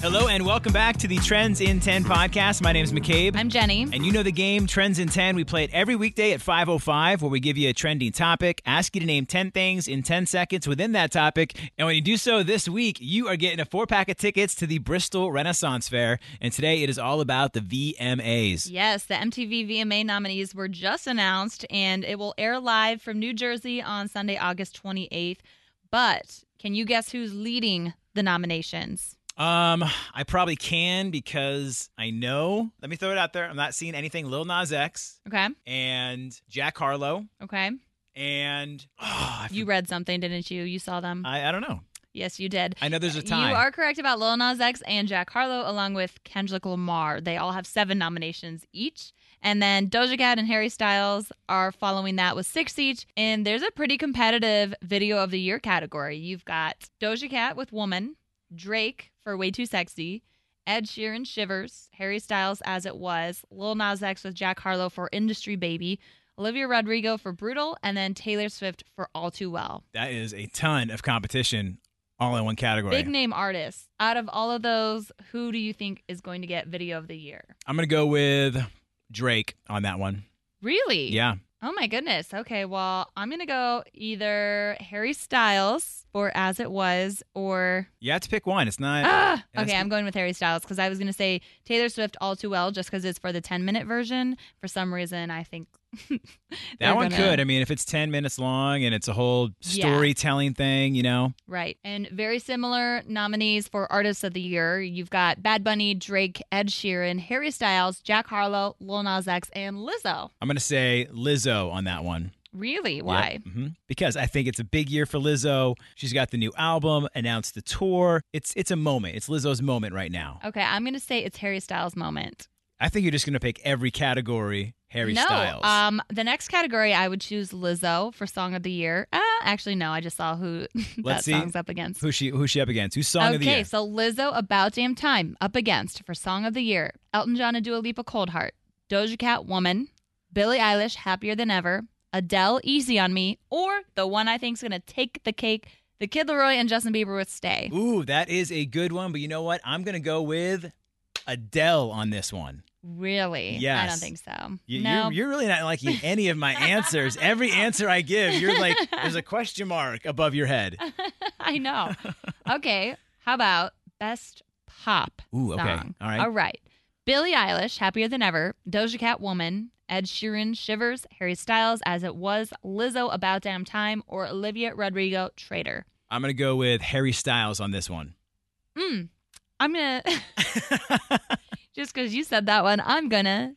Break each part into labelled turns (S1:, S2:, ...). S1: Hello and welcome back to the Trends in 10 podcast. My name is McCabe.
S2: I'm Jenny.
S1: and you know the game Trends in 10. We play it every weekday at 5:05 where we give you a trending topic, ask you to name 10 things in 10 seconds within that topic, and when you do so this week, you are getting a four-pack of tickets to the Bristol Renaissance Fair, and today it is all about the VMAs.
S2: Yes, the MTV VMA nominees were just announced, and it will air live from New Jersey on Sunday, August 28th. But can you guess who's leading the nominations?
S1: Um, I probably can because I know. Let me throw it out there. I'm not seeing anything Lil Nas X
S2: Okay.
S1: and Jack Harlow
S2: Okay.
S1: and oh, I,
S2: You read something, didn't you? You saw them.
S1: I I don't know.
S2: yes, you did.
S1: I know there's a time.
S2: You are correct about Lil Nas X and Jack Harlow, along with Kendrick Lamar. They all have seven nominations each. And then Doja Cat and Harry Styles are following that with six each. And there's a pretty competitive video of the year category. You've got Doja Cat with Woman, Drake for Way Too Sexy, Ed Sheeran Shivers, Harry Styles as it was, Lil Nas X with Jack Harlow for Industry Baby, Olivia Rodrigo for Brutal, and then Taylor Swift for All Too Well.
S1: That is a ton of competition all in one category.
S2: Big name artists. Out of all of those, who do you think is going to get video of the year?
S1: I'm gonna go with Drake on that one.
S2: Really?
S1: Yeah,
S2: Oh my goodness. Okay, well, I'm going to go either Harry Styles for As It Was or.
S1: you have to pick one. It's not.
S2: Ah!
S1: Uh, it has
S2: Okay,
S1: to-
S2: I'm going with Harry Styles because I was going to say Taylor Swift All Too Well just because it's for the 10 minute version. For some reason, I think. they're
S1: that one
S2: gonna-
S1: could. I mean, if it's ten minutes long and it's a whole
S2: Yeah.
S1: storytelling thing, you know.
S2: Right. And very similar nominees for Artists of the Year. You've got Bad Bunny, Drake, Ed Sheeran, Harry Styles, Jack Harlow, Lil Nas X, and Lizzo.
S1: I'm gonna say Lizzo on that one.
S2: Really? Why?
S1: hmm Because I think it's a big year for Lizzo. She's got the new album, announced the tour. It's it's a moment. It's Lizzo's moment right now.
S2: Okay, I'm gonna say it's Harry Styles' moment.
S1: I think you're just gonna pick every category Harry
S2: no,
S1: Styles.
S2: um, the next category I would choose Lizzo for Song of the Year. Uh, actually, no, I just saw who that
S1: Let's see.
S2: song's up against.
S1: who she who's she up against? Who's song
S2: okay,
S1: of the year?
S2: so Lizzo, About Damn Time, up against for Song of the Year. Elton John and Dua Lipa, Cold Heart. Doja Cat, Woman. Billie Eilish, Happier Than Ever. Adele, Easy on Me, or the one I think's gonna take the cake, The Kid Leroy and Justin Bieber with Stay.
S1: Ooh, that is a good one. But you know what? I'm gonna go with Adele on this one.
S2: Really? I
S1: Yes.
S2: don't think so.
S1: You,
S2: no,
S1: you're, you're really not liking any of my answers. Every answer I give, you're like, there's a question mark above your head.
S2: I know. Okay. How about best pop
S1: Ooh, okay.
S2: song?
S1: All right.
S2: All right. Billie Eilish, Happier Than Ever, Doja Cat Woman, Ed Sheeran, Shivers, Harry Styles, As It Was, Lizzo, About Damn Time, or Olivia Rodrigo, Traitor.
S1: I'm going to go with Harry Styles on this one.
S2: Mm. I'm going to, just because you said that one, I'm going to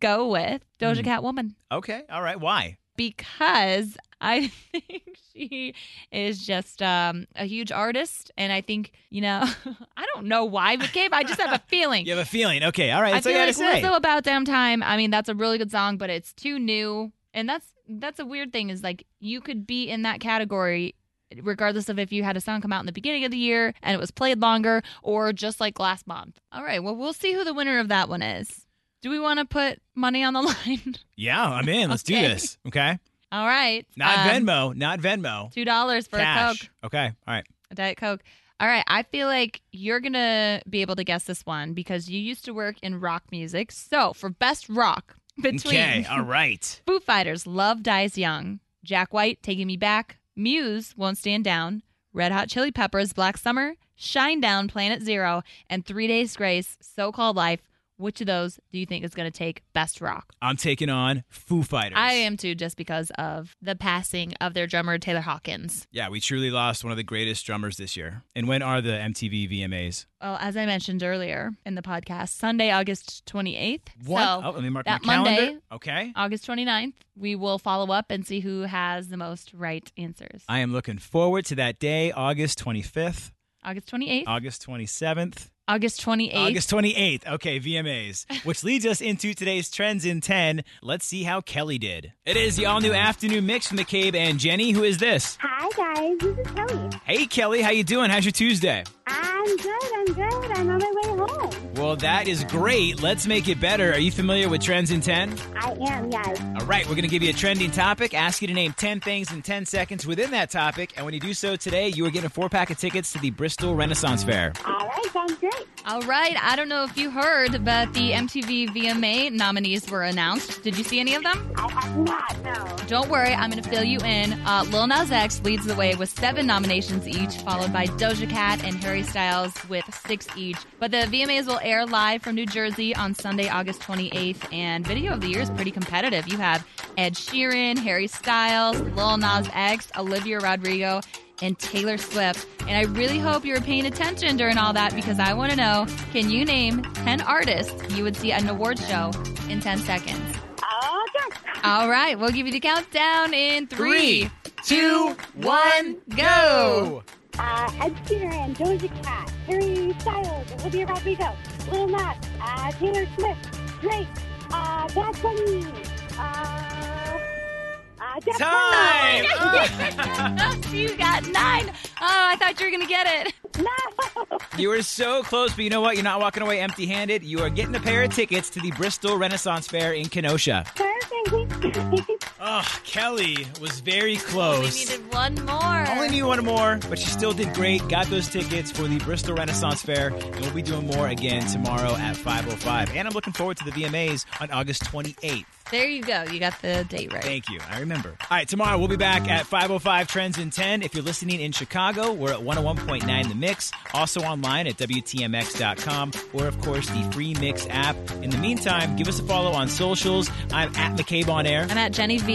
S2: go with Doja
S1: Mm.
S2: Cat Woman
S1: okay. All right. Why?
S2: because I think she is just um, a huge artist. And I think, you know, I don't know why, but Gabe, I just have a feeling.
S1: You have a feeling. Okay. All right.
S2: I
S1: That's all
S2: feel
S1: you got
S2: like
S1: to say.
S2: Lizzo about damn time. I mean, that's a really good song, but it's too new, and that's that's a weird thing. Is like you could be in that category, regardless of if you had a song come out in the beginning of the year and it was played longer, or just like last month. All right, well, we'll see who the winner of that one is. Do we want to put money on the line?
S1: yeah, I'm in. Let's
S2: Okay.
S1: do this. Okay.
S2: All right,
S1: Not
S2: um,
S1: Venmo. Not Venmo.
S2: Two dollars for a
S1: Cash.
S2: Coke,
S1: Okay. All right.
S2: a Diet Coke. All right, I feel like you're gonna be able to guess this one because you used to work in rock music. So for best rock between
S1: Okay. All right.
S2: Foo Fighters, Love Dies Young. Jack White, Taking Me Back. Muse, Won't Stand Down. Red Hot Chili Peppers, Black Summer. Shine Down, Planet Zero. And Three Days Grace, So Called Life. Which of those do you think is going to take Best Rock?
S1: I'm taking on Foo Fighters.
S2: I am too, just because of the passing of their drummer, Taylor Hawkins.
S1: Yeah, we truly lost one of the greatest drummers this year. And when are the MTV VMAs?
S2: Well, as I mentioned earlier in the podcast, Sunday, August 28th. So,
S1: oh, let me mark
S2: that
S1: my calendar.
S2: Monday-
S1: Okay.
S2: August 29th, we will follow up and see who has the most right answers.
S1: I am looking forward to that day, August 25th,
S2: August 28th,
S1: August 27th,
S2: August 28th.
S1: August 28th. Okay, VMAs, which leads us into today's Trends in 10. Let's see how Kelly did. It is the all new afternoon mix from McCabe and Jenny. Who is this?
S3: Hi guys, this is Kelly.
S1: Hey, Kelly, how you doing? How's your Tuesday?
S3: I'm good, I'm good. I'm on my way home.
S1: Well, that is great. Let's make it better. Are you familiar with Trends in 10?
S3: I am, yes.
S1: All right, we're going to give you a trending topic, ask you to name 10 things in 10 seconds within that topic. And when you do so today, you are getting a four pack of tickets to the Bristol Renaissance Fair.
S3: All right, sounds great.
S2: All right. I don't know if you heard, but the MTV VMA nominees were announced. Did you see any of them?
S3: I have not, no.
S2: Don't worry, I'm going to fill you in. Uh, Lil Nas X leads the way with seven nominations each, followed by Doja Cat and Harry Styles with six each. But the VMAs will air live from New Jersey on Sunday, August 28th, and Video of the Year is pretty competitive. You have Ed Sheeran, Harry Styles, Lil Nas X, Olivia Rodrigo, and Taylor Swift. And I really hope you were paying attention during all that because I want to know can you name 10 artists you would see at an awards show in 10 seconds?
S3: Oh, yes.
S2: All right, we'll give you the countdown in three,
S1: Three, two, one,
S2: go.
S3: Uh, Ed Sheeran, Doja Cat, Harry Styles, Olivia Rodrigo, Lil Nas, uh, Taylor Swift, Drake, uh, Bad Bunny, uh, uh, Jeff
S1: Time!
S2: you got nine. Oh, I thought you were gonna get it.
S3: Bezos. No!
S1: You were so close, but you know what? You're not walking away empty handed. You are getting a pair of tickets to the Bristol Renaissance Fair in Kenosha.
S3: Perfect.
S1: Oh, Kelly was very
S2: We
S1: close.
S2: needed one more.
S1: Only knew one more, but she still did great. Got those tickets for the Bristol Renaissance Fair, and we'll be doing more again tomorrow at 5.05. And I'm looking forward to the VMAs on August 28th.
S2: there you go. You got the date right.
S1: Thank you. I remember. All right, tomorrow we'll be back at 505 Trends in 10. If you're listening in Chicago, we're at 101.9 The Mix, also online at WTMX.com, or of course the free Mix app. In the meantime, give us a follow on socials. I'm at McCabe on Air.
S2: I'm at Jenny V